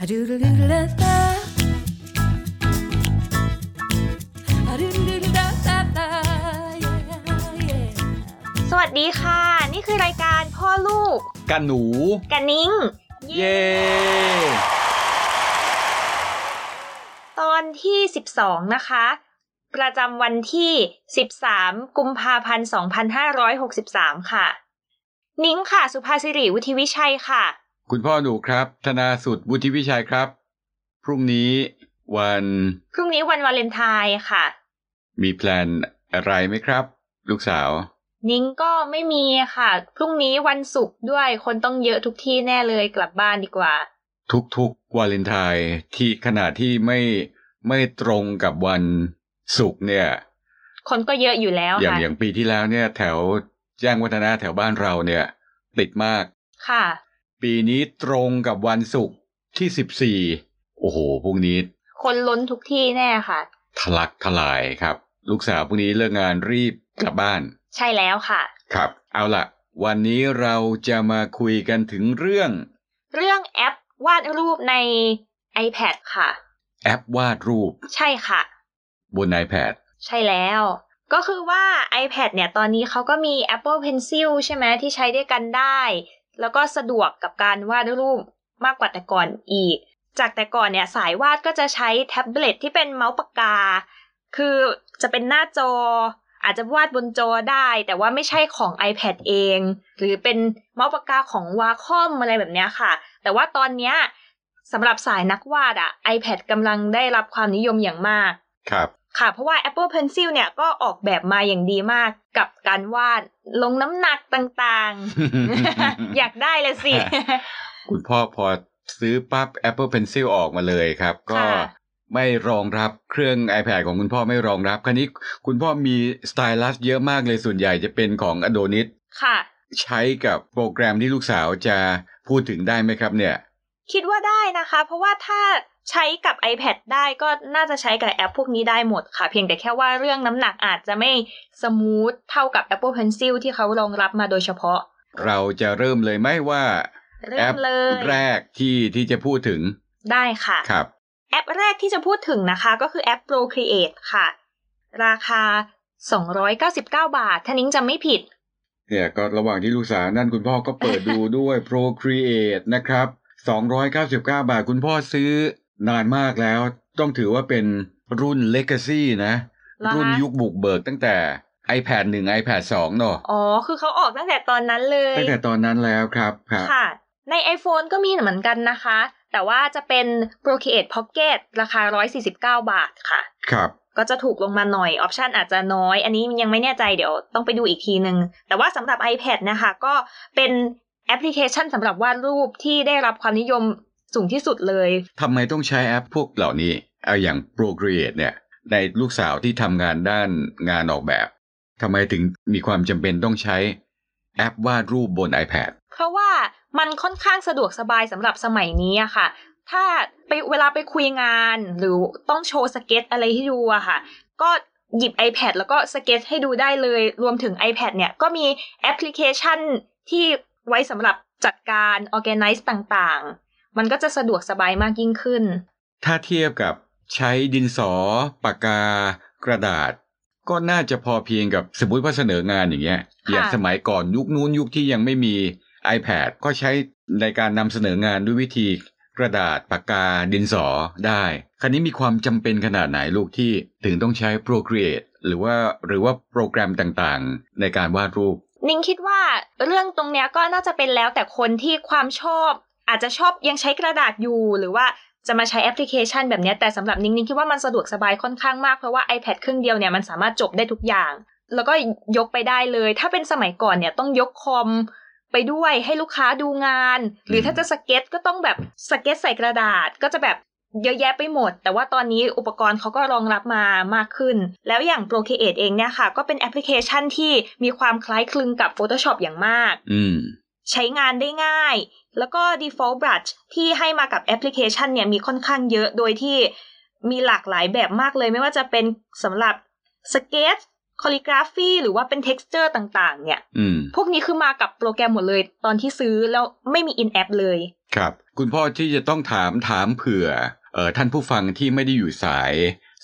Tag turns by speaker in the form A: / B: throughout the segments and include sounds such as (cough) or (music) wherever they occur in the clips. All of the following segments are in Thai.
A: A doodle-doodle da. A doodle-doodle da da da. Yeah, yeah.
B: สวัสดีค่ะ นี่คือรายการพ่อลูก
C: กันหนู
B: กันนิ้ง
C: เย้
B: ตอนที่ 12 นะคะ ประจำวันที่ 13 กุมภาพันธ์ 2563 ค่ะ นิ้งค่ะ สุภาสิริวุฒิวิชัยค่ะ
C: คุณพ่อหนูครับ ธนาสุดวุฒิวิชัยครับ พรุ่งนี้วัน
B: พรุ่งนี้วันวาเลนไทน์ค่ะ
C: มีแพลนอะไรไหมครับ ลูกสาว
B: นิ้งก็ไม่มีค่ะ พรุ่งนี้วันศุกร์ด้วยคนต้องเยอะทุกที่แน่เลยกลับบ้านดีกว่า
C: ทุกๆวาเลนไทน์ที่ขณะที่ไม่ไม่ตรงกับวันศุกร์เนี่ย
B: คนก็เยอะอยู่แล้ว
C: อย่าง
B: ค่ะ
C: อย่างปีที่แล้วเนี่ยแถวแจ้งวัฒนะแถวบ้านเราเนี่ย ติดมาก
B: ค่ะ
C: ปีนี้ตรงกับวันศุกร์ที่ 14 โอ้โหพรุ่งนี้
B: คนล้นทุกที่แน่ค่ะ
C: ทะลักทลายครับ ลูกสาวพรุ่งนี้เลิกงานรีบกลับบ้าน
B: ใช่แล้วค่ะ
C: ครับ เอาล่ะ วันนี้เราจะมาคุยกันถึงเรื่อง
B: เรื่องแอปวาดรูปใน iPad ค่ะ
C: แอปวาดรูป
B: ใช่ค่ะ
C: บน iPad
B: ใช่แล้ว ก็คือว่า iPad เนี่ยตอนนี้เขาก็มี Apple Pencil ใช่ไหมที่ใช้ด้วยกันได้ แล้วก็สะดวกกับการวาดรูปมากกว่าแต่ก่อนอีก จากแต่ก่อนเนี่ยสายวาดก็จะใช้แท็บเล็ตที่เป็นเมาส์ปากกา คือจะเป็นหน้าจอ อาจจะวาดบนจอได้ แต่ว่าไม่ใช่ของ iPad เอง หรือเป็นเมาส์ปากกาของวาคอมอะไรแบบเนี้ยค่ะ แต่ว่าตอนเนี้ยสำหรับสายนักวาดอะ iPad กำลังได้รับความนิยมอย่างมาก
C: (laughs) ครับ
B: ค่ะ เพราะว่า Apple Pencil เนี่ยก็ออกแบบมาอย่างดีมากกับการวาดลงน้ำหนักต่างๆ (laughs) อยากได้เลยสิ
C: คุณพ่อพอซื้อปั๊บ Apple Pencil ออกมาเลยครับ ก็
B: ค่ะ
C: ไม่รองรับเครื่อง iPad ของคุณพ่อไม่รองรับ คราวนี้คุณพ่อมีสไตลัสเยอะมากเลยส่วนใหญ่จะเป็นของ Adonis
B: ค่ะ
C: ใช้กับโปรแกรมที่ลูกสาวจะพูดถึงได้ไหมครับเนี่ย
B: คิดว่าได้นะคะ เพราะว่าถ้าใช้กับ iPad ได้ก็น่าจะใช้กับแอปพวกนี้ได้หมดค่ะ เพียงแต่แค่ว่าเรื่องน้ำหนักอาจจะไม่สมูทเท่ากับ Apple Pencil ที่เขารองรับมาโดยเฉพาะ
C: เราจะเริ่มเลยไหมว่า
B: เริ่
C: แอ
B: ม
C: ป
B: เลย
C: แรกที่ที่จะพูดถึง
B: ได้ค่ะ
C: ครับ
B: แอปแรกที่จะพูดถึงนะคะ ก็คือแอป Procreate ค่ะ ราคา 299 บาท ถ้านิ้งจำไม่ผิด
C: เนี่ยก็ระหว่างที่ลูกสาวนั่นคุณพ่อก็เปิดดูด้วย (laughs) Procreate นะครับ 299 บาทคุณพ่อซื้อนานมากแล้ว ต้องถือว่าเป็นรุ่น Legacy นะ
B: เหรอคะ
C: รุ่นยุคบุกเบิกตั้งแต่ iPad 1 iPad 2เนอะ
B: อ๋อ คือเขาออกตั้งแต่ตอนนั้นเลย
C: ตั้งแต่ตอนนั้นแล้วครับครับ
B: ค่ะ ใน iPhone ก็มีเหมือนกันนะคะ แต่ว่าจะเป็น Procreate Pocket ราคา 149 บาทค่ะ
C: ครับ
B: ก็จะถูกลงมาหน่อย ออปชันอาจจะน้อย อันนี้ยังไม่แน่ใจเดี๋ยวต้องไปดูอีกทีหนึ่งแต่ว่าสำหรับ iPad นะคะ ก็เป็นแอปพลิเคชันสำหรับวาดรูปที่ได้รับความนิยมสูงที่สุดเลย
C: ทำไมต้องใช้แอปพวกเหล่านี้เอาอย่าง Procreate เนี่ย ในลูกสาวที่ทำงานด้านงานออกแบบทำไมถึงมีความจำเป็นต้องใช้แอปวาดรูปบน iPad
B: เพราะว่ามันค่อนข้างสะดวกสบายสำหรับสมัยนี้อะค่ะ ถ้าไปเวลาไปคุยงานหรือต้องโชว์สเก็ตอะไรให้ดูอะค่ะ ก็หยิบ iPad แล้วก็สเก็ตให้ดูได้เลย รวมถึง iPad เนี่ยก็มีแอปพลิเคชันที่ไว้สำหรับจัดการ organize ต่างๆ มันก็จะสะดวกสบายมากยิ่งขึ้น
C: ถ้าเทียบกับใช้ดินสอ ปากกา กระดาษ ก็น่าจะพอเพียงกับสมมติว่าเสนองานอย่างเงี้ย
B: ค่ะ
C: อย่างสมัยก่อนยุคนู้นยุคที่ยังไม่มี iPad ก็ใช้ในการนำเสนองานด้วยวิธีกระดาษปากกาดินสอได้ คราวนี้มีความจำเป็นขนาดไหนลูกที่ถึงต้องใช้ Procreate หรือว่าหรือว่าโปรแกรมต่างๆ ในการวาดรูป
B: นิ้งคิดว่าเรื่องตรงเนี้ยก็น่าจะเป็นแล้วแต่คนที่ความชอบ อาจจะชอบยังใช้กระดาษอยู่ หรือว่าจะมาใช้แอปพลิเคชันแบบเนี้ยแต่สำหรับนิ้งนิ้งคิดว่ามันสะดวกสบายค่อนข้างมาก เพราะว่า iPad เครื่องเดียวเนี่ยมันสามารถจบได้ทุกอย่าง แล้วก็ยกไปได้เลย ถ้าเป็นสมัยก่อนเนี่ยต้องยกคอมไปด้วยให้ลูกค้าดูงาน หรือถ้าจะสเก็ตก็ต้องแบบสเก็ตใส่กระดาษก็จะแบบเยอะแยะไปหมด แต่ว่าตอนนี้อุปกรณ์เขาก็รองรับมามากขึ้น แล้วอย่าง Procreate เองเนี่ยค่ะ ก็เป็นแอปพลิเคชันที่มีความคล้ายคลึงกับ Photoshop อย่างมาก
C: อืม
B: ใช้งานได้ง่าย แล้วก็ default brush ที่ให้มากับแอปพลิเคชันเนี่ยมีค่อนข้างเยอะ โดยที่มีหลากหลายแบบมากเลย ไม่ว่าจะเป็นสำหรับสเก็ต คอลิกราฟีหรือว่าเป็น t e x t อร์ต่างๆ เนี่ย
C: อืม
B: พวกนี้คือมากับโปรแกรมหมดเลย ตอนที่ซื้อแล้วไม่มีอินแอปเลย
C: ครับ คุณพ่อที่จะต้องถามถามเผื่อเอ่อท่านผู้ฟังที่ไม่ได้อยู่สาย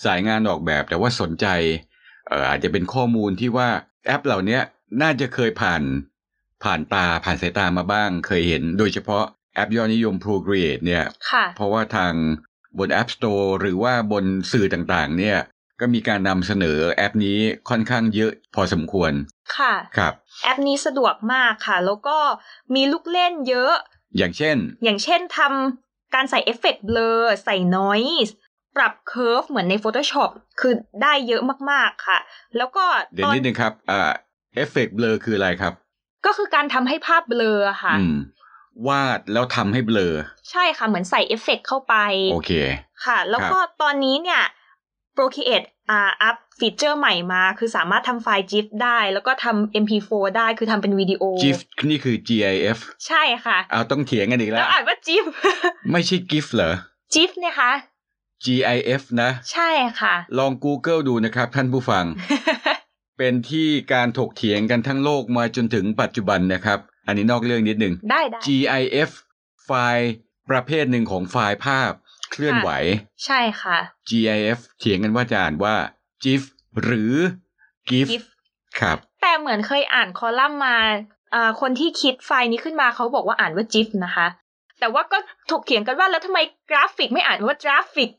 C: สายงานออกแบบแต่ว่าสนใจเอ่ออาจจะเป็นข้อมูลที่ว่าแอปเหล่าเนี้ยน่าจะเคยผ่านผ่านตาผ่านสายตามาบ้าง เคยเห็น โดยเฉพาะแอปยอดนิยม Procreate เนี่ย
B: ค่ะ
C: เพราะว่าทางบน App Store หรือว่าบนสื่อต่างๆ เนี่ย ก็มีการนำเสนอแอปนี้ค่อนข้างเยอะพอสมควร
B: ค่ะ
C: ครับ
B: แอปนี้สะดวกมากค่ะ แล้วก็มีลูกเล่นเยอะ
C: อย่างเช่น
B: อย่างเช่นทำการใส่เอฟเฟกต์เบลอใส่ Noise ปรับเคอร์ฟเหมือนใน Photoshop คือได้เยอะมากๆค่ะ แล้วก็
C: เดี๋ย
B: ต
C: ว
B: อน
C: นิดนึงครับอ่าเอฟเฟกต์เบลอคืออะไรครับ
B: ก็คือการทำให้ภาพเบลอค่ะ
C: อืม วาดแล้วทำให้เบลอ
B: ใช่ค่ะ เหมือนใส่เอฟเฟกต์เข้าไป
C: โอเค
B: ค่ะ แล้วก็ตอนนี้เนี่ย Procreate อ่าอัพฟีเจอร์ใหม่มา คือสามารถทำไฟล์ GIF ได้ แล้วก็ทำ MP4 ได้คือทำเป็นวิดีโอ
C: GIF นี่คือ GIF
B: ใช่ค่ะ
C: เอาต้องเถียงกันอีกแล้
B: แล้ว วอ่านว่า GIF (laughs)
C: ไม่ใช่ GIF เหรอ
B: GIF เนะคะ
C: GIF นะ
B: ใช่ค่ะ (laughs)
C: ลอง Google ดูนะครับท่านผู้ฟัง เป็นที่การถกเถียงกันทั้งโลกมาจนถึงปัจจุบันนะครับ อันนี้นอกเรื่องนิดนึง
B: ได้ได้
C: GIF ไฟล์ประเภทหนึ่งของไฟล์ภาพเคลื่อนไหว
B: ใช่ค่ะ
C: GIF เถียงกันว่าจะอ่านว่า GIF หรือ GIF
B: GIF
C: ครับ
B: แต่เหมือนเคยอ่านคอลัมน์มาอ่าคนที่คิดไฟล์นี้ขึ้นมาเขาบอกว่าอ่านว่า GIF นะคะ แต่ว่าก็ถกเถียงกันว่าแล้วทำไมกราฟิกไม่อ่านว่ากราฟิก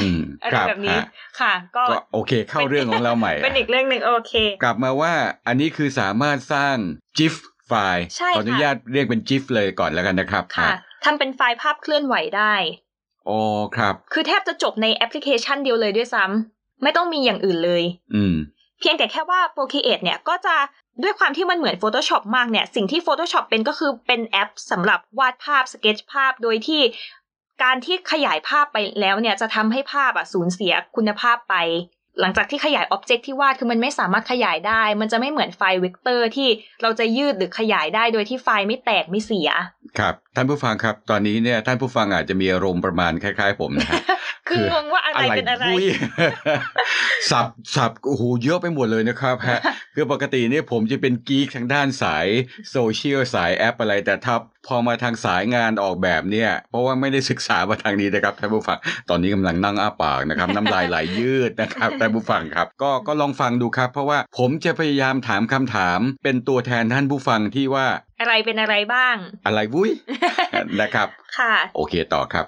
C: อืม
B: อะไร
C: ครับ
B: แบบนี้
C: ฮะ
B: ค่ะ ก็
C: ก็โอเคเข้าเรื่องของเราใหม่
B: เป็นอีกเรื่องหนึ่งโอเค
C: กลับมาว่าอันนี้คือสามารถสร้าง GIF ไฟล์
B: ใช่
C: ขออนุ
B: ค่ะ
C: ญาตเรียกเป็น GIF เลยก่อนแล้วกันนะครับ
B: ค่ะ
C: อ่ะ
B: ทำเป็นไฟล์ภาพเคลื่อนไหวได้
C: อ๋อครับ
B: คือแทบจะจบในแอปพลิเคชันเดียวเลยด้วยซ้ำไม่ต้องมีอย่างอื่นเลย
C: อืม
B: เพียงแต่แค่ว่า Procreate เนี่ยก็จะด้วยความที่มันเหมือน Photoshop มากเนี่ย สิ่งที่ Photoshop เป็นก็คือเป็นแอปสำหรับวาดภาพสเก็ตภาพ โดยที่การที่ขยายภาพไปแล้วเนี่ย จะทำให้ภาพอ่ะสูญเสียคุณภาพไป หลังจากที่ขยายอ็อบเจกต์ที่วาดคือมันไม่สามารถขยายได้ มันจะไม่เหมือนไฟล์เวกเตอร์ที่เราจะยืดหรือขยายได้โดยที่ไฟล์ไม่แตกไม่เสีย
C: ครับ ท่านผู้ฟังครับ ตอนนี้เนี่ยท่านผู้ฟังอาจจะมีอารมณ์ประมาณคล้ายๆ ผมนะฮะ
B: คืองงว่าอะไรเป็นอะไร
C: วุ้ย (laughs) สับสับโอ้โหเยอะไปหมดเลยนะครับฮะ
B: (laughs)
C: คือปกติเนี่ยผมจะเป็นกีกทางด้านสายโซเชียลสายแอปอะไรแต่ถ้าพอมาทางสายงานออกแบบเนี่ย เพราะว่าไม่ได้ศึกษามาทางนี้นะครับท่านผู้ฟัง ตอนนี้กำลังนั่งอ้าปากนะครับ น้ำลายไหลยืดนะครับท่านผู้ฟังครับ ก็ก็ลองฟังดูครับ เพราะว่าผมจะพยายามถามคำถาม เป็นตัวแทนท่านผู้ฟังที่ว่า
B: อะไรเป็นอะไรบ้ (laughs) าง
C: อะไรวุ้ย นะครับ
B: ค่ะ
C: โอเคต่อครับ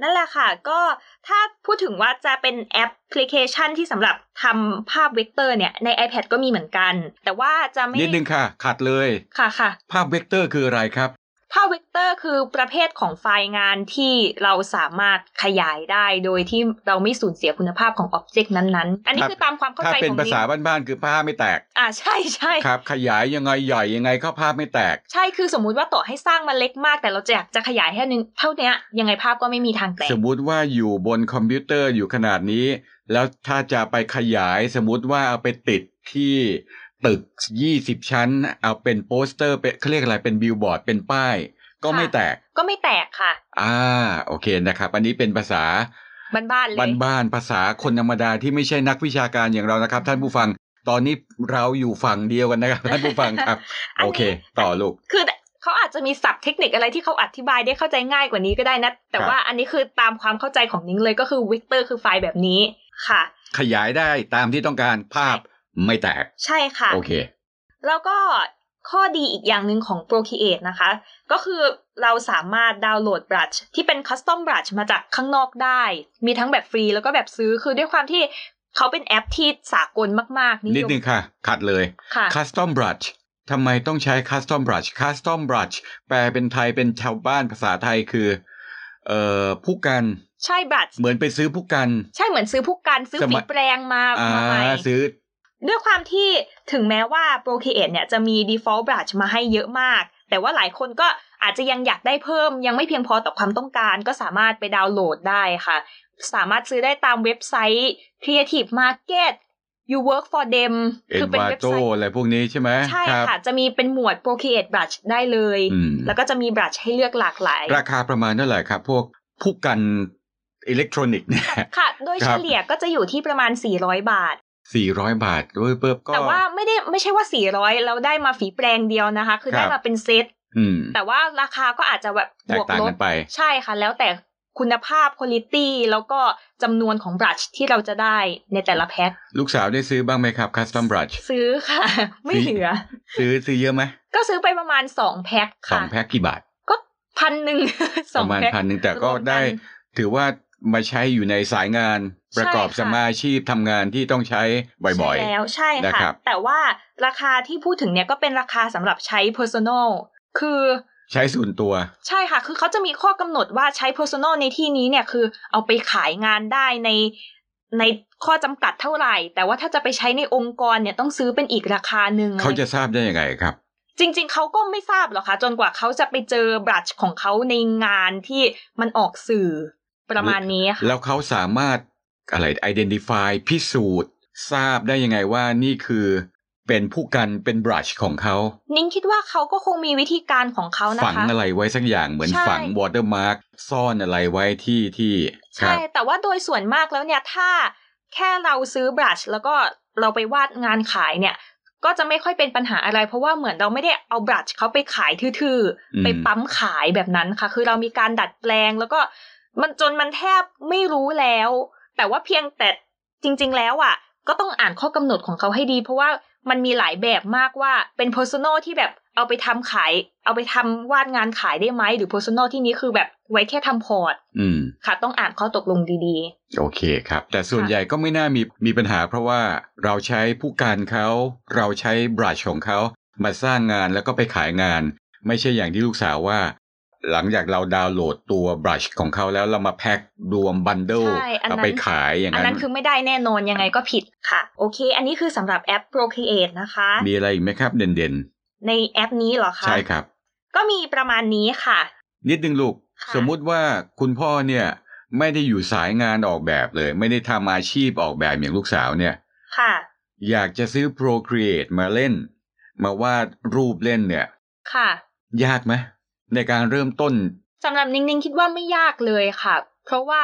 B: นั่นแหละค่ะ ก็ถ้าพูดถึงว่าจะเป็นแอปพลิเคชันที่สำหรับทำภาพเวกเตอร์เนี่ย ใน iPad ก็มีเหมือนกัน แต่ว่าจะไม่
C: นิดนึงค่ะขาดเลย
B: ค่ะค่ะ
C: ภาพเวกเตอร์คืออะไรครับ
B: ภาพเวกเตอร์คือประเภทของไฟล์งานที่เราสามารถขยายได้ โดยที่เราไม่สูญเสียคุณภาพของอ็อบเจกต์นั้นๆ อันนี้
C: ครับ
B: คือตามความเข้า
C: ถ้า
B: ใจ
C: เป็น
B: ของ
C: ภาษา
B: ลิง
C: บ้านๆคือผ้าไม่แตก
B: อ่าใช่ใช่
C: ครับ ขยายยังไงใหญ่ยังไงก็ผ้าไม่แตก
B: ใช่คือสมมุติว่าต่อให้สร้างมาเล็กมาก แต่เราจะอยากจะขยายให้นึงเท่าเนี้ยยังไงภาพก็ไม่มีทางแตก
C: สมมุติว่าอยู่บนคอมพิวเตอร์อยู่ขนาดนี้ แล้วถ้าจะไปขยายสมมุติว่าเอาไปติดที่ตึก 20 ชั้น เอาเป็นโปสเตอร์เป็นเขาเรียกอะไรเป็นบิลบอร์ดเป็นป้าย ก็ไม่แตก
B: ก็ไม่แตกค่ะ
C: อ่าโอเคนะครับ อันนี้เป็นภาษา
B: บ้านๆเลย
C: บ้านๆภาษาคนธรรมดาที่ไม่ใช่นักวิชาการอย่างเรานะครับ ท่านผู้ฟังตอนนี้เราอยู่ฝั่งเดียวกันนะครับท่านผู้ฟังครับ
B: อันนี้
C: โอเค ต่อลูก
B: คือเขาอาจจะมีศัพท์เทคนิคอะไรที่เขาอธิบายได้เข้าใจง่ายกว่านี้ก็ได้นะ แต่
C: ครับ
B: ว่าอันนี้คือตามความเข้าใจของนิ้งเลยก็คือวิกเตอร์คือไฟล์แบบนี้ค่ะ
C: ขยายได้ตามที่ต้องการภาพไม่แตก
B: ใช่ค่ะ
C: โอเค
B: แล้วก็ข้อดีอีกอย่างหนึ่งของ Procreate นะคะ ก็คือเราสามารถดาวน์โหลด Brush ที่เป็น Custom Brush มาจากข้างนอกได้ มีทั้งแบบฟรีแล้วก็แบบซื้อคือด้วยความที่เขาเป็นแอปที่สากลมากๆนิ
C: นิ
B: ย
C: ด
B: ม
C: นึงค่ะ ขัดเลย
B: ค่ะ
C: custom brush ทำไมต้องใช้ custom brush custom brush แปลเป็นไทยเป็นชาวบ้านภาษาไทยคือ เอ่อผู้กัน
B: ใช่ Brush
C: เหมือนไปซื้อผู้กัน
B: ใช่เหมือนซื้อผู้กันซื้อ
C: สมั
B: ฝี
C: ย
B: แปรงมา
C: อ่า
B: มาใหม่
C: ซื้อ
B: ด้วยความที่ถึงแม้ว่า Procreate เนี่ยจะมี default brush มาให้เยอะมาก แต่ว่าหลายคนก็อาจจะยังอยากได้เพิ่ม ยังไม่เพียงพอต่อความต้องการ ก็สามารถไปดาวน์โหลดได้ค่ะ สามารถซื้อได้ตามเว็บไซต์ Creative Market You Work for Them คือเป็นเว็บ
C: envato
B: ไซต์
C: อะไรพวกนี้ใช่ไหม
B: ใช่
C: รับ
B: ค่ะ จะมีเป็นหมวด Procreate brush ได้เลย
C: อืม
B: แล้วก็จะมี brush ให้เลือกหลากหลาย
C: ราคาประมาณเท่าไหร่ครับ พวกผู้กันอิเล็กทรอนิกส์เนี่ย
B: ค่ะ โดย
C: ค
B: เฉ
C: รับ
B: ลี่ยก็จะอยู่ที่ประมาณ 400 บาท
C: 400 บาทเพิ่มๆก็
B: แต่ว่าไม่ได้ไม่ใช่ว่า 400 เราได้มาฝีแปรงเดียวนะคะ คือ
C: ครับ
B: ได้มาเป็นเซต
C: อืม
B: แต่ว่าราคาก็อาจจะแบบ
C: แต
B: บ
C: ก
B: วก
C: ต่าง
B: ล
C: กับ นไป
B: ใช่ค่ะ แล้วแต่คุณภาพคุณ i t y แล้วก็จำนวนของบรัชที่เราจะได้ในแต่ละแพ็ค
C: ลูกสาวได้ซื้อบ้างไหมครับ Custom Brush
B: ซื้อค่ะ (laughs) ไม่เหลือ
C: ซื้อซื้อเยอะไหม
B: ก็ซื้อไปประมาณ 2 แพ็ค
C: สอง
B: ค่ะ
C: แพ็คกี่บาท
B: ก็พันหนึ่ง (laughs) ส
C: ป
B: อง
C: ระมาณ
B: แพ็ค
C: พันหนึ่งแต่ก็
B: รวมกัน
C: ได้ถือว่ามาใช้อยู่ในสายงานประกอบ
B: ใช่ค่ะ
C: สมมาอาชีพทำงานที่ต้องใช้บ่อย
B: ใช่แล้วใช่
C: นะ
B: ค่ะ
C: ครับ
B: แต่ว่าราคาที่พูดถึงเนี่ยก็เป็นราคาสำหรับใช้ personal คือ
C: ๆ ใช้ส่วนตัว
B: ใช่ค่ะ คือเขาจะมีข้อกำหนดว่าใช้ personal ในที่นี้เนี่ยคือเอาไปขายงานได้ในในข้อจำกัดเท่าไหร่ แต่ว่าถ้าจะไปใช้ในองค์กรเนี่ยต้องซื้อเป็นอีกราคาหนึ่ง
C: เขาจะทราบได้ยังไงครับ
B: จริง ๆ เขาก็ไม่ทราบหรอกค่ะ จนกว่าเขาจะไปเจอบรัชของเขาในงานที่มันออกสื่อประมาณนี้ค่ะ
C: แล้วเขาสามารถอะไร identify พิสูจน์ ทราบได้ยังไงว่านี่คือเป็นผู้กันเป็นบรัชของเขา
B: นิ้งคิดว่าเขาก็คงมีวิธีการของเขานะ
C: ฝัง
B: คะ
C: อะไรไว้สักอย่างเหมือน
B: ใช่
C: ฝัง watermark ซ่อนอะไรไว้ที่ที่ค
B: ใช่
C: รับ
B: แต่ว่าโดยส่วนมากแล้วเนี่ย ถ้าแค่เราซื้อบรัชแล้วก็เราไปวาดงานขายเนี่ย ก็จะไม่ค่อยเป็นปัญหาอะไร เพราะว่าเหมือนเราไม่ได้เอาบรัชเขาไปขายทื่อ
C: อืม
B: ๆ ไปปั๊มขายแบบนั้นค่ะ คือเรามีการดัดแปลง แล้วก็มันจนมันแทบไม่รู้แล้ว แต่ว่าเพียงแต่จริงๆแล้วอ่ะ ก็ต้องอ่านข้อกำหนดของเขาให้ดี เพราะว่ามันมีหลายแบบมากว่าเป็น personal ที่แบบเอาไปทำขาย เอาไปทำวาดงานขายได้ไหมหรือ personal ที่นี้คือแบบไว้แค่ทำพอร์ต
C: อืม
B: ค่ะ ต้องอ่านข้อตกลงดี
C: โอเคครับ แต่ส่วนใหญ่ก็ไม่น่ามีมีปัญหา เพราะว่าเราใช้ผู้การเขาเราใช้บรัชของเขามาสร้างงานแล้วก็ไปขายงาน ไม่ใช่อย่างที่ลูกสาวว่า หลังจากเราดาวน์โหลดตัวบรัชของเขาแล้วเรามาแพ็ครวมบันเดิล
B: ใช่อัน
C: เอา
B: นั้
C: ไป
B: น
C: ขายอย่าง
B: อัน
C: นั้
B: นั้นคือไม่ได้แน่นอนยังไงก็ผิดค่ะ โอเค อันนี้คือสำหรับแอป Procreate นะคะ
C: มีอะไรอีกไหมครับ เด่น
B: ในแอปนี้เหรอ
C: ๆ
B: คะ
C: ใช่ครับ
B: ก็มีประมาณนี้ค่ะ
C: นิดนึงลูก
B: ค่ะ
C: สมมุติว่าคุณพ่อเนี่ยไม่ได้อยู่สายงานออกแบบเลย ไม่ได้ทำอาชีพออกแบบอย่างลูกสาวเนี่ย
B: ค่ะ
C: อยากจะซื้อ Procreate มาเล่น มาวาดรูปเล่นเนี่ย
B: ค่ะ
C: ยากไหมในการเริ่มต้น
B: สำหรับนิ่งๆคิดว่าไม่ยากเลยค่ะ เพราะว่า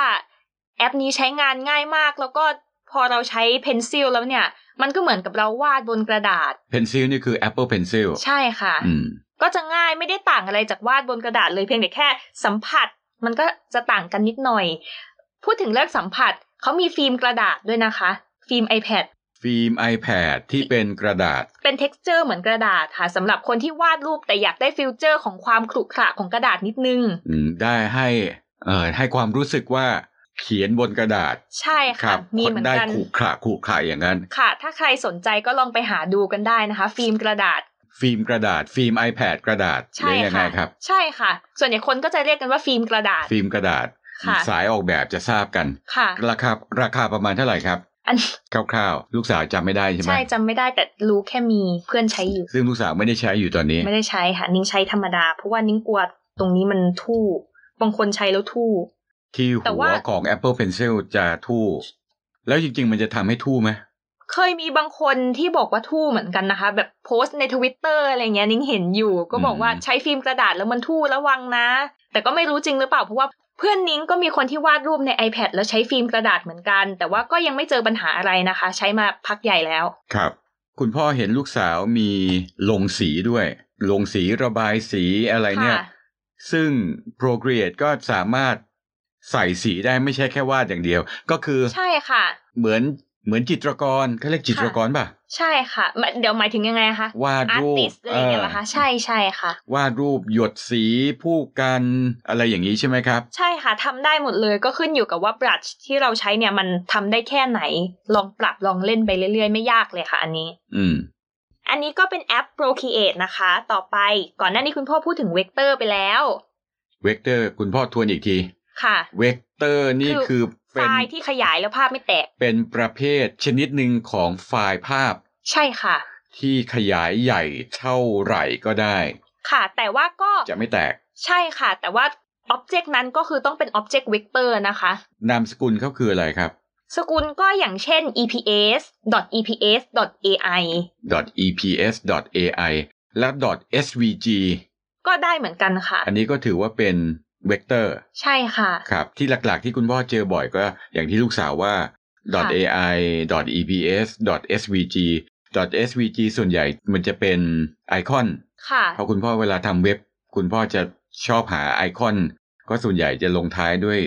B: แอปนี้ใช้งานง่ายมาก แล้วก็พอเราใช้เพนซิลแล้วเนี่ย มันก็เหมือนกับเราวาดบนกระดาษ
C: Pencil นี่คือ Apple Pencil
B: ใช่ค่ะ
C: อืม
B: ก็จะง่ายไม่ได้ต่างอะไรจากวาดบนกระดาษเลยเพียงแต่แค่สัมผัส มันก็จะต่างกันนิดหน่อย พูดถึงเรื่องสัมผัสเขามีฟิล์มกระดาษด้วยนะคะ ฟิล์ม iPad
C: ฟิล์ม iPad ที่เป็นกระดาษ
B: เป็น t e x t อร์เหมือนกระดาษค่ะสำหรับคนที่วาดรูปแต่อยากได้ฟิลเจอร์ของความขรุขระของกระดาษนิดนึง
C: อืม ได้ให้เอ่อให้ความรู้สึกว่าเขียนบนกระดาษ
B: ใช่ค่ะ มีเหมือน
C: ได้
B: กัน
C: ขูขระขูขระอย่างนั้น
B: ค่ะ ถ้าใครสนใจก็ลองไปหาดูกันได้นะคะ ฟิล์มกระดาษ
C: ฟิล์มกระดาษ ฟิล์ม iPad กระดาษหรื
B: ใช่
C: อยังไง
B: ค่ะ
C: ครับ
B: ใช่ค่ะ ส่วนใหญ่คนก็จะเรียกกันว่าฟิล์มกระดาษ
C: ฟิล์มกระดาษ
B: ค่ะ
C: สายออกแบบจะทราบกัน
B: ค่ะ
C: ราคาราคาประมาณเท่าไหร่ครับ
B: อัน
C: คร่าวๆ ลูกสาวจำไม่ได้ใช่ไหม
B: ใช่จำไม่ได้แต่รู้แค่มีเพื่อนใช้อยู่
C: ซึ่งลูกสาวไม่ได้ใช้อยู่ตอนนี้
B: ไม่ได้ใช้ค่ะ นิ้งใช้ธรรมดา เพราะว่านิ้งกลัวตรงนี้มันทู่ บางคนใช้แล้วทู่
C: ที่
B: แต่
C: หัว
B: ว่า
C: ของ Apple Pencil จะทู่ แล้วจริง ๆ มันจะทำให้ทู่ไหม
B: เคยมีบางคนที่บอกว่าทู่เหมือนกันนะคะ แบบโพสต์ในทวิตเตอร์อะไรเงี้ยนิ้งเห็นอยู่ ก็บอกว่า
C: อืม
B: ใช้ฟิล์มกระดาษแล้วมันทู่ระวังนะ แต่ก็ไม่รู้จริงหรือเปล่า เพราะว่าเพื่อนนิ้งก็มีคนที่วาดรูปใน iPad แล้วใช้ฟิล์มกระดาษเหมือนกัน แต่ว่าก็ยังไม่เจอปัญหาอะไรนะคะ ใช้มาพักใหญ่แล้ว
C: ครับ คุณพ่อเห็นลูกสาวมีลงสีด้วย ลงสีระบายสีอะไรเนี่ย
B: ค่ะ
C: ซึ่ง Procreate ก็สามารถใส่สีได้ไม่ใช่แค่วาดอย่างเดียว ก็คือ
B: ใช่ค่ะ
C: เหมือนเหมือนจิตรกรเขาเรียกจิตรกรป่ะ
B: ใช่ค่ะหมายเดี๋ยวหมายถึงยังไงคะ
C: วาด
B: อาร์
C: รู
B: ติ
C: ป
B: สอะไรเงี้ยเหรอคะใช่ใช่ค่ะ
C: วาดรูปหยดสีผู้กันอะไรอย่างนี้ใช่ไหมครับ
B: ใช่ค่ะทำได้หมดเลยก็ขึ้นอยู่กับว่าบรัชที่เราใช้เนี่ยมันทำได้แค่ไหน ลองปรับลองเล่นไปเรื่อยๆ ไม่ยากเลยค่ะอันนี้
C: อืม
B: อันนี้ก็เป็นแอป Procreate นะคะ ต่อไปก่อนหน้านี้คุณพ่อพูดถึงเวกเตอร์ไปแล้ว
C: เวกเตอร์คุณพ่อทวนอีกที
B: ค่ะ
C: เวกเตอร์นี่คือ
B: ไฟ
C: เป็น
B: ล์ที่ขยายแล้วภาพไม่แตก
C: เป็นประเภทชนิดหนึ่งของไฟล์ภาพ
B: ใช่ค่ะ
C: ที่ขยายใหญ่เท่าไหร่ก็ได้
B: ค่ะ แต่ว่าก็
C: จะไม่แตก
B: ใช่ค่ะ แต่ว่าอ็อบเจกต์นั้นก็คือต้องเป็นอ็อบเจกต์เวกเตอร์นะคะ
C: นามสกุลเขาคืออะไรครับ
B: สกุลก็อย่างเช่น eps eps ai
C: .eps .ai และ .svg
B: ก็ได้เหมือนกันค่ะ
C: อันนี้ก็ถือว่าเป็นเวกเตอร์
B: ใช่ค่ะ
C: ครับ ที่หลักๆที่คุณพ่อเจอบ่อยก็อย่างที่ลูกสาวว่า .ai .eps .svg .svg ส่วนใหญ่มันจะเป็นไอคอน
B: ค่ะ
C: พอคุณพ่อเวลาทำเว็บ คุณพ่อจะชอบหาไอคอน ก็ส่วนใหญ่จะลงท้ายด้วย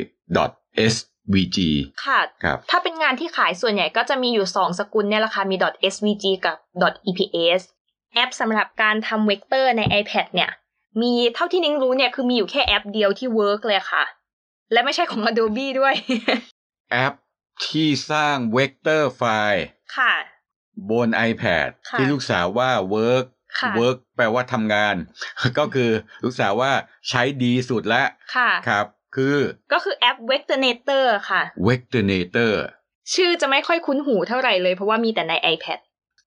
C: .svg
B: ค่ะ
C: ครับ
B: ถ้าเป็นงานที่ขายส่วนใหญ่ก็จะมีอยู่ 2 สกุลเนี่ยแหละค่ะมี .svg กับ .eps แอปสำหรับการทำเวกเตอร์ใน iPad เนี่ย มีเท่าที่นิ้งรู้เนี่ยคือมีอยู่แค่แอปเดียวที่เวิร์กเลยค่ะ และไม่ใช่ของ Adobe ด้วย (laughs)
C: แอปที่สร้างเวกเตอร์ไฟล์
B: ค่ะ
C: บน iPad
B: ค่ะ
C: ที่ลูกสาวว่า work
B: ค่ะ
C: work แปลว่าทำงาน (laughs) ก็คือลูกสาวว่าใช้ดีสุดแล้ว
B: ค่ะ
C: ครับ คือ
B: ก็คือแอป Vectornator ค่ะ
C: Vectornator
B: ชื่อจะไม่ค่อยคุ้นหูเท่าไหร่เลยเพราะว่ามีแต่ใน iPad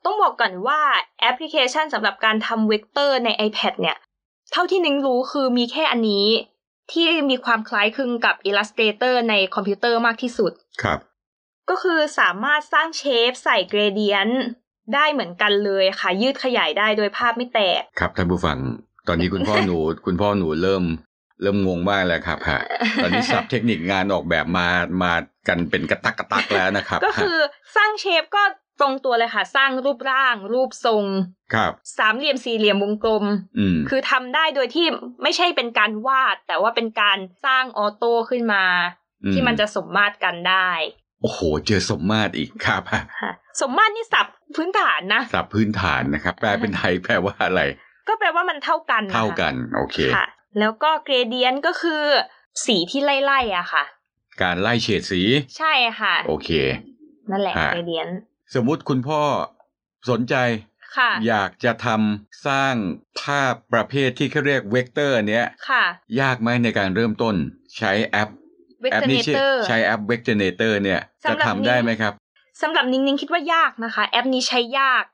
B: ต้องบอกก่อนว่าแอปพลิเคชันสำหรับการทำเวกเตอร์ใน iPad เนี่ย เท่าที่นิ้งรู้คือมีแค่อันนี้ ที่มีความคล้ายคลึงกับ Illustrator ในคอมพิวเตอร์มากที่สุด
C: ครับ
B: ก็คือสามารถสร้างเชฟใส่เกรเดียนได้เหมือนกันเลยค่ะ ยืดขยายได้โดยภาพไม่แตก
C: ครับท่านผู้ฟัง ตอนนี้คุณพ่อหนู (laughs) คุณพ่อหนูเริ่ม เริ่มงงมากแล้วครับฮะตอนนี้สับเทคนิคงานออกแบบมามากันเป็นกระตักกระตักแล้วนะครับ
B: ก็คือสร้างเชฟก็ตรงตัวเลยค่ะ สร้างรูปร่าง รูปทรง
C: ครับ
B: สามเหลี่ยมสี่เหลี่ยมวงกลม
C: อืม
B: คือทำได้โดยที่ไม่ใช่เป็นการวาด แต่ว่าเป็นการสร้างออโต้ขึ้นมา ที่มันจะสมมาตรกันได้
C: โอ้โห เจอสมมาตรอีกครับฮะ
B: ค่ะสมมาตรนี่สับพื้นฐานนะ
C: สับพื้นฐานนะครับ แปลเป็นไทยแปลว่าอะไร
B: ก็แปลว่ามันเท่ากัน
C: เท่ากัน โอเค
B: ค่ะ แล้วก็เกรเดียนก็คือสีที่ไล่ๆอะค่ะ
C: การไล่เฉดสี
B: ใช่ค่ะ
C: โอเค
B: นั่นแหละ
C: ฮะ
B: เกรเดียน
C: สมมุติคุณพ่อสนใจ
B: ค่ะ
C: อยากจะทำสร้างภาพประเภทที่เขาเรียกเวกเตอร์เนี้ย
B: ค่ะ
C: ยากไหมในการเริ่มต้นใช้แอป
B: เวก
C: แอป
B: เตอร์เน
C: นี้ชื่อ
B: เตอร์
C: ใช้แอป v e c t o r n a t o r เนี่ย จะ
B: สำหรับ
C: ทำได้ไหมครับ
B: สำหรับนิ้งนิ้งคิดว่ายากนะคะ แอปนี้ใช้ยาก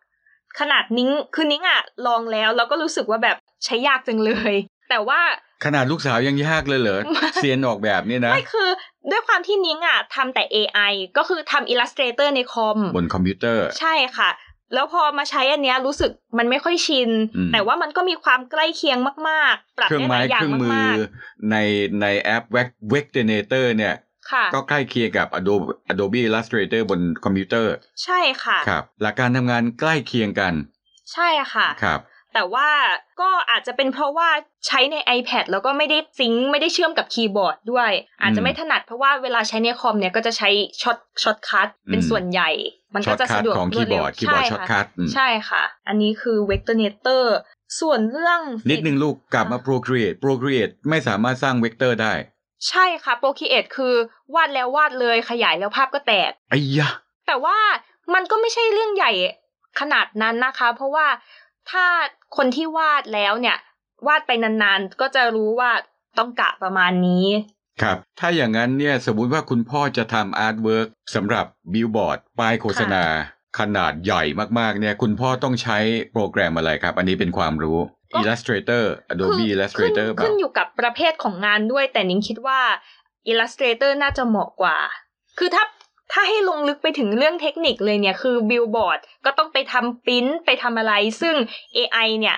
B: ขนาดนิ้งคือนิ้งอะลองแล้วแล้วก็รู้สึกว่าแบบใช้ยากจังเลย แต่ว่า
C: ขนาดลูกสาวยังยากเลยเหรอ
B: ไม่
C: เซียนออกแบบเนี่ยนะ
B: ไม่คือด้วยความที่นิ้งอ่ะทำแต่ AI ก็คือทำ Illustrator ในคอม
C: บนคอมพิวเตอร์
B: ใช่ค่ะ แล้วพอมาใช้อันเนี้ยรู้สึกมันไม่ค่อยชิน
C: อืม
B: แต่ว่ามันก็มีความใกล้เคียงมากๆ ปรับ
C: เครื่อง
B: ได้ห
C: ไม้
B: ลายอ
C: เค
B: ย่าง
C: รื่องมือ
B: มาก
C: ในในแอป v e c t o r n a t o r เนี่ย
B: ๆ ค่ะ
C: ก็ใกล้เคียงกับ Adobe Adobe Illustrator บนคอมพิวเตอร์
B: ใช่ค่ะ
C: ครับ หลักการทำงานใกล้เคียงกัน
B: ใช่ค่ะ
C: ครับ
B: แต่ว่าก็อาจจะเป็นเพราะว่าใช้ใน iPad แล้วก็ไม่ได้ซิงค์ไม่ได้เชื่อมกับคีย์บอร์ดด้วย อาจจะไม่ถนัดเพราะว่าเวลาใช้ในคอมเนี่ยก็จะใช้ช็อตช็อตคัทเป็น
C: อืม
B: ส่วนใหญ่ มัน
C: ช็
B: ก็
C: อต
B: จะ
C: คั
B: สะ
C: ท
B: ดวก
C: ของ
B: ร
C: คี
B: วด
C: ย์บ
B: เร็
C: อ
B: ว
C: ร์ดคีย์บอร์ด
B: ใช่
C: ช็อต
B: ค่ะ
C: คัทอืม
B: ใช่ค่ะ อันนี้คือ Vectornator ส่วนเรื่อง
C: นิดนึงลูกกลับมา Procreate Procreate ไม่สามารถสร้างเวกเตอร์ได้
B: ใช่ค่ะ Procreate คือวาดแล้ววาดเลยขยายแล้วภาพก็แตก
C: ไอ้ยะ
B: แต่ว่ามันก็ไม่ใช่เรื่องใหญ่ขนาดนั้นนะคะ เพราะว่าถ้าคนที่วาดแล้วเนี่ย วาดไปนานๆ ก็จะรู้ว่าต้องกะประมาณนี้
C: ครับ ถ้าอย่างนั้นเนี่ยสมมุติว่าคุณพ่อจะทำอาร์ตเวิร์กสำหรับบิลบอร์ดป้ายโฆษณา ขนาดใหญ่มากๆเนี่ยคุณพ่อต้องใช้โปรแกรมอะไรครับ อันนี้เป็นความรู้
B: ก็
C: Illustrator
B: คื
C: Adobe
B: ขึ้น
C: Illustrator เปล่า
B: ขึ้นอยู่กับประเภทของงานด้วย แต่นิ้งคิดว่า Illustrator น่าจะเหมาะกว่า คือถ้าถ้าให้ลงลึกไปถึงเรื่องเทคนิคเลยเนี่ย คือบิลบอร์ดก็ต้องไปทำปริ้นท์ไปทำอะไร ซึ่ง AI เนี่ย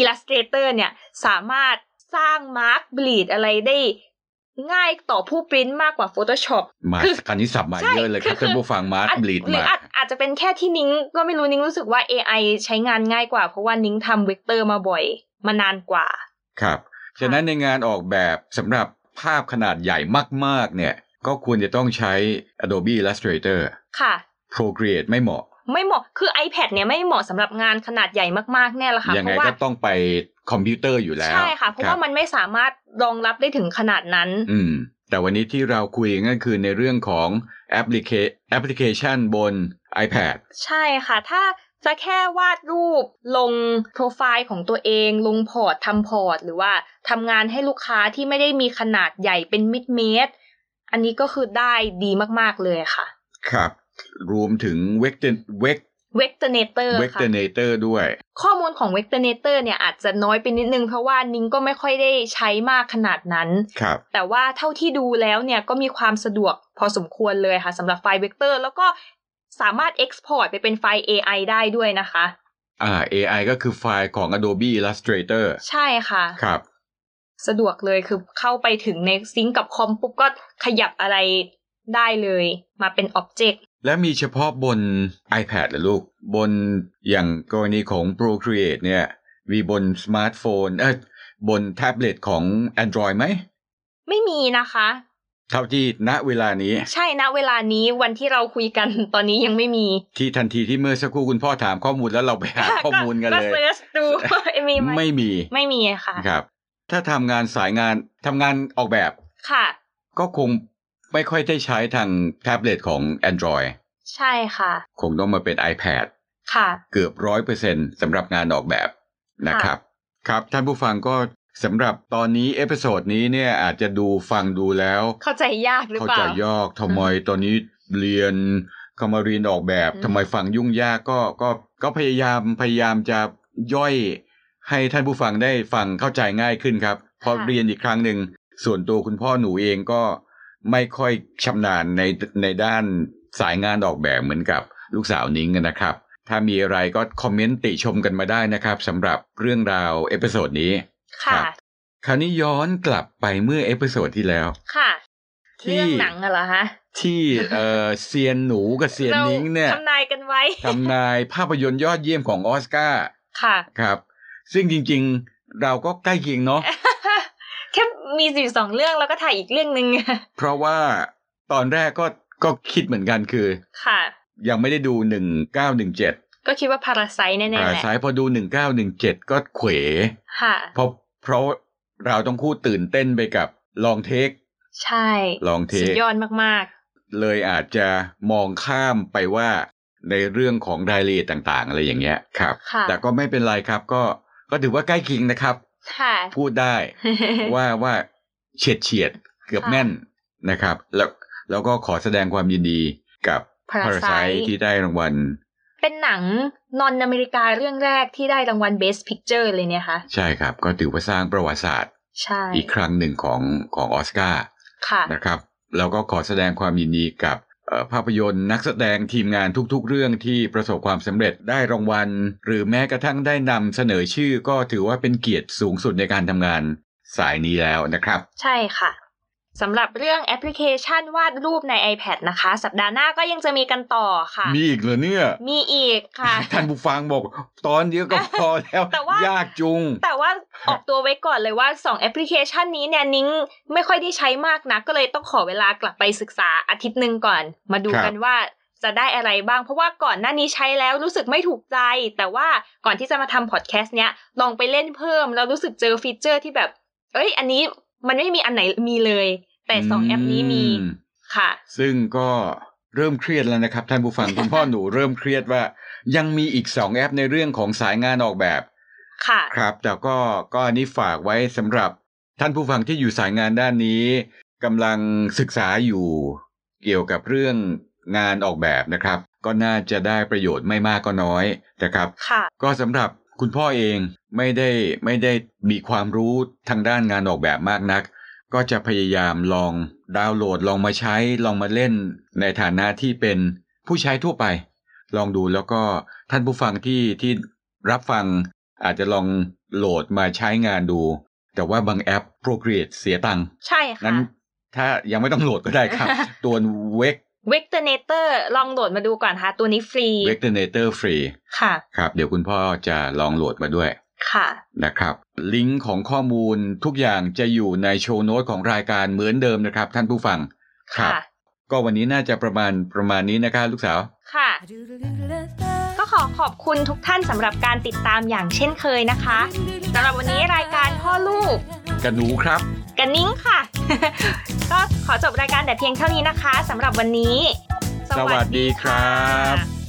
B: Illustrator เนี่ย สามารถสร้างมาร์กบลีดอะไรได้ง่ายต่อผู้ปริ้นท์มากกว่า Photoshop
C: มา
B: คือ
C: คันนี้สับมา
B: ใช่
C: เยอะเลยครับ
B: คือ
C: ท่านผู้ฟังมาร์
B: อาจ
C: บลีด
B: หรือ
C: มา
B: อาจอาจจะเป็นแค่ที่นิ้งก็ไม่รู้นิ้งรู้สึกว่า AI ใช้งานง่ายกว่า เพราะว่านิ้งทำเวกเตอร์มาบ่อย มานานกว่า
C: ครับ ฉะนั้นในงานออกแบบสำหรับภาพขนาดใหญ่มากๆเนี่ยก็ควรจะต้องใช้ Adobe Illustrator
B: ค่ะ
C: Procreate ไม่เหมาะ
B: ไม่เหมาะ คือ iPad เนี่ยไม่เหมาะสำหรับงานขนาดใหญ่มากๆแน่ละค่ะ
C: ยัง
B: เพ
C: ไง
B: ราะว่า
C: ก็ต้องไปคอมพิวเตอร์อยู่แล้ว
B: ใช่ค่ะ เพราะ
C: บ
B: ว่ามันไม่สามารถรองรับได้ถึงขนาดนั้น
C: อืม แต่วันนี้ที่เราคุยกันก็คือในเรื่องของแอปพลิเคแอปพลิเคชันบน iPad
B: ใช่ค่ะ ถ้าจะแค่วาดรูปลงโปรไฟล์ของตัวเอง ลงพอร์ตทำพอร์ต หรือว่าทำงานให้ลูกค้าที่ไม่ได้มีขนาดใหญ่เป็นมิดเมตรอันนี้ก็คือได้ดีมากๆเลยค่ะ
C: ครับ รวมถึง v e c t o r v e c
B: v e c t o r n a t o r
C: v e c t o r
B: ค่ะ
C: n a t o r ด้วย
B: ข้อมูลของ v e c t o r n a t o r เนี่ยอาจจะน้อยไปนิดนึง เพราะว่านิ้งก็ไม่ค่อยได้ใช้มากขนาดนั้น
C: ครับ
B: แต่ว่าเท่าที่ดูแล้วเนี่ยก็มีความสะดวกพอสมควรเลยค่ะสำหรับไฟล์เวกเตอร์ แล้วก็สามารถ Export ไปเป็นไฟล์ AI ได้ด้วยนะคะ
C: อ่า AI ก็คือไฟล์ของ Adobe Illustrator
B: ใช่ค่ะ
C: ครับ
B: สะดวกเลยคือเข้าไปถึงในซิงก์กับคอมปุ๊บก็ขยับอะไรได้เลย มาเป็นอ็อบเจกต์
C: และมีเฉพาะบน iPad เหรอลูก บนอย่างกรณีของ Procreate เนี่ย มีบนสมาร์ทโฟนเออบนแท็บเล็ตของ Android ไหม
B: ไม่มีนะคะ
C: เท่าที่ณเวลานี้
B: ใช่นะเวลานี้วันที่เราคุยกัน ตอนนี้ยังไม่มี
C: ที่ทันทีที่เมื่อสักครู่คุณพ่อถามข้อมูลแล้วเราไปหาข้อมูลกัน
B: ก็
C: เลย
B: เซิร์ชดู (laughs) มีไหม
C: ไม่มี
B: ไม่มีค่ะ
C: ครับ ถ้าทำงานสายงานทำงานออกแบบ
B: ค่ะ
C: ก็คงไม่ค่อยได้ใช้ทางแท็บเล็ตของ Android
B: ใช่ค่ะ
C: คงต้องมาเป็น iPad
B: ค่ะ
C: เกือบร้อยเปอร์เซ็นสำหรับงานออกแบบนะครับ ครับ ท่านผู้ฟังก็สำหรับตอนนี้ เอพิโซดนี้เนี่ยอาจจะดูฟังดูแล้ว
B: เข้าใจยากหรือ
C: เข้า
B: เปล่า
C: ใจยากทำไมตอนนี้เรียนคามารีนออกแบบ
B: อืม
C: ทำไมฟังยุ่งยากก็ก็ก็พยายามพยายามจะย่อยให้ท่านผู้ฟังได้ฟังเข้าใจง่ายขึ้นครับเพอเรียนอีกครั้งหนึ่งส่วนตัวคุณพ่อหนูเองก็ไม่ค่อยชำนาญในในด้านสายงานออกแบบเหมือนกับลูกสาวนิ้งนะครับ ถ้ามีอะไรก็คอมเมนต์ติชมกันมาได้นะครับสำหรับเรื่องราวเอพิโซดนี้
B: ค่ะ
C: ครับ คราวนี้ย้อนกลับไปเมื่อเอพิโซดที่แล้ว
B: ค่ะ
C: ที่
B: เรื่องหนังอะเหรอฮะ (laughs)
C: ที่เอ่อเซียนหนูกับเซียนนิ้งเนี่ย
B: ราทำนาย (laughs) กันไว้
C: ทำนายภาพยนตร์ยอดเยี่ยมของออสการ์
B: ค่ะ (laughs)
C: ครับ ซึ่งจริงๆเราก็ใกล้เคียง
B: (laughs)
C: เนาะ
B: แค่มีสิบสองเรื่องแล้วก็ถ่ายอีกเรื่องหนึ่ง (laughs)
C: เพราะว่าตอนแรกก็ก็คิดเหมือนกันคือ
B: ค่ะ
C: ยังไม่ได้ดู 1917
B: ก็คิดว่าพาราไซแน่ๆแห
C: อ่า
B: ละ
C: สายพอดู 1917 ก็เขว
B: ค่ะ
C: เพราะเพราะเราต้องคู่ตื่นเต้นไปกับลองเทค
B: ใช่
C: ลองเท
B: สุด
C: ค
B: ยอดมาก
C: เลยอาจจะมองข้ามไปว่าในเรื่องของรายละเอียดต่างๆ อะไรอย่างเงี้ยครับ
B: ๆ ค่ะ
C: แต่ก็ไม่เป็นไรครับก็ก็ถือว่าใกล้เคียงนะครับ
B: ค่ะ
C: พูดได้
B: (laughs)
C: ว่าว่าเฉียดเฉียดเกือบ
B: ค่ะ
C: แม่นนะครับ แล้วแล้วก็ขอแสดงความยินดีกับ
B: พาราไซ
C: Parasite ที่ได้รางวัล
B: เป็นหนังนอนอเมริกาเรื่องแรกที่ได้รางวัล Best Picture เลยเนี่ยค่ะ
C: ใช่ครับ ก็ถือว่าสร้างประวัติศาสตร์
B: ใช่
C: อีกครั้งหนึ่งของของออสการ์
B: ค่ะ
C: นะครับ แล้วก็ขอแสดงความยินดีกับเอ่อภาพยนตร์นักแสดงทีมงานทุกๆ เรื่องที่ประสบความสำเร็จได้รางวัล หรือแม้กระทั่งได้นำเสนอชื่อก็ถือว่าเป็นเกียรติสูงสุดในการทำงานสายนี้แล้วนะครับ
B: ใช่ค่ะ สำหรับเรื่องแอปพลิเคชันวาดรูปใน iPad นะคะ สัปดาห์หน้าก็ยังจะมีกันต่อค่ะ
C: มีอีกเหรอเนี่ย
B: มีอีกค่ะ
C: ท่านผู้ฟังบอก ตอนนี้ก็พอแล้ว
B: แต่ว่า
C: ยากจุง
B: แต่ว่าออกตัวไว้ก่อนเลยว่า 2 แอปพลิเคชันนี้เนี่ยนิ้งไม่ค่อยได้ใช้มากนะ ก็เลยต้องขอเวลากลับไปศึกษาอาทิตย์หนึ่งก่อน มาดูกันว่าจะได้อะไรบ้าง เพราะว่าก่อนหน้านี้ใช้แล้วรู้สึกไม่ถูกใจ แต่ว่าก่อนที่จะมาทำพอดแคสต์เนี้ยลองไปเล่นเพิ่ม แล้วรู้สึกเจอฟีเจอร์ที่แบบ เอ้ย อันนี้มันไม่มีอันไหนมีเลย แต่สองแอปนี้มี
C: อื
B: ค่ะ
C: ซึ่งก็เริ่มเครียดแล้วนะครับ ท่านผู้ฟัง (laughs) คุณพ่อหนูเริ่มเครียดว่า ยังมีอีกสองแอปในเรื่องของสายงานออกแบบ
B: ค่ะ
C: ครับ แต่ก็ก็อันนี้ฝากไว้สำหรับท่านผู้ฟังที่อยู่สายงานด้านนี้กำลังศึกษาอยู่เกี่ยวกับเรื่องงานออกแบบนะครับ ก็น่าจะได้ประโยชน์ไม่มากก็น้อยนะครับ
B: ค่ะ
C: ก็สำหรับคุณพ่อเองไม่ได้ไม่ได้มีความรู้ทางด้านงานออกแบบมากนัก ก็จะพยายามลองดาวน์โหลดลองมาใช้ลองมาเล่นในฐานะที่เป็นผู้ใช้ทั่วไป ลองดูแล้วก็ท่านผู้ฟังที่ที่รับฟังอาจจะลองโหลดมาใช้งานดู แต่ว่าบางแอป Procreate เสียตังค์
B: ใช่ค่ะ
C: นั้นถ้ายังไม่ต้องโหลดก็ได้
B: (laughs)
C: ครับ ตัว w e ก
B: v e c t o r n a t o r ลองโหลดมาดูก่อนค่ะ ตัวนี้ฟรี
C: v e c t o r n a t o r Free
B: ค่ะ
C: ครับ เดี๋ยวคุณพ่อจะลองโหลดมาด้วย
B: ค่ะ
C: นะครับ ลิงก์ของข้อมูลทุกอย่างจะอยู่ในโชว์โน้ตของรายการเหมือนเดิมนะครับ ท่านผู้ฟัง
B: ค่ะ
C: ก็วันนี้น่าจะประมาณประมาณนี้นะครับลูกสาว
B: ค่ะ
A: ก็
B: ก็ขอขอบคุณทุกท่านสำหรับการติดตามอย่างเช่นเคยนะคะ
A: สำหรับวันนี้รายการพ่อลูก
C: กันหนูครับ
B: กันนิ้งค่ะ (laughs) ก็ขอจบรายการแต่เพียงเท่านี้นะคะสำหรับวันนี้
C: สวัสดีครับ
B: สวัสดีค่ะ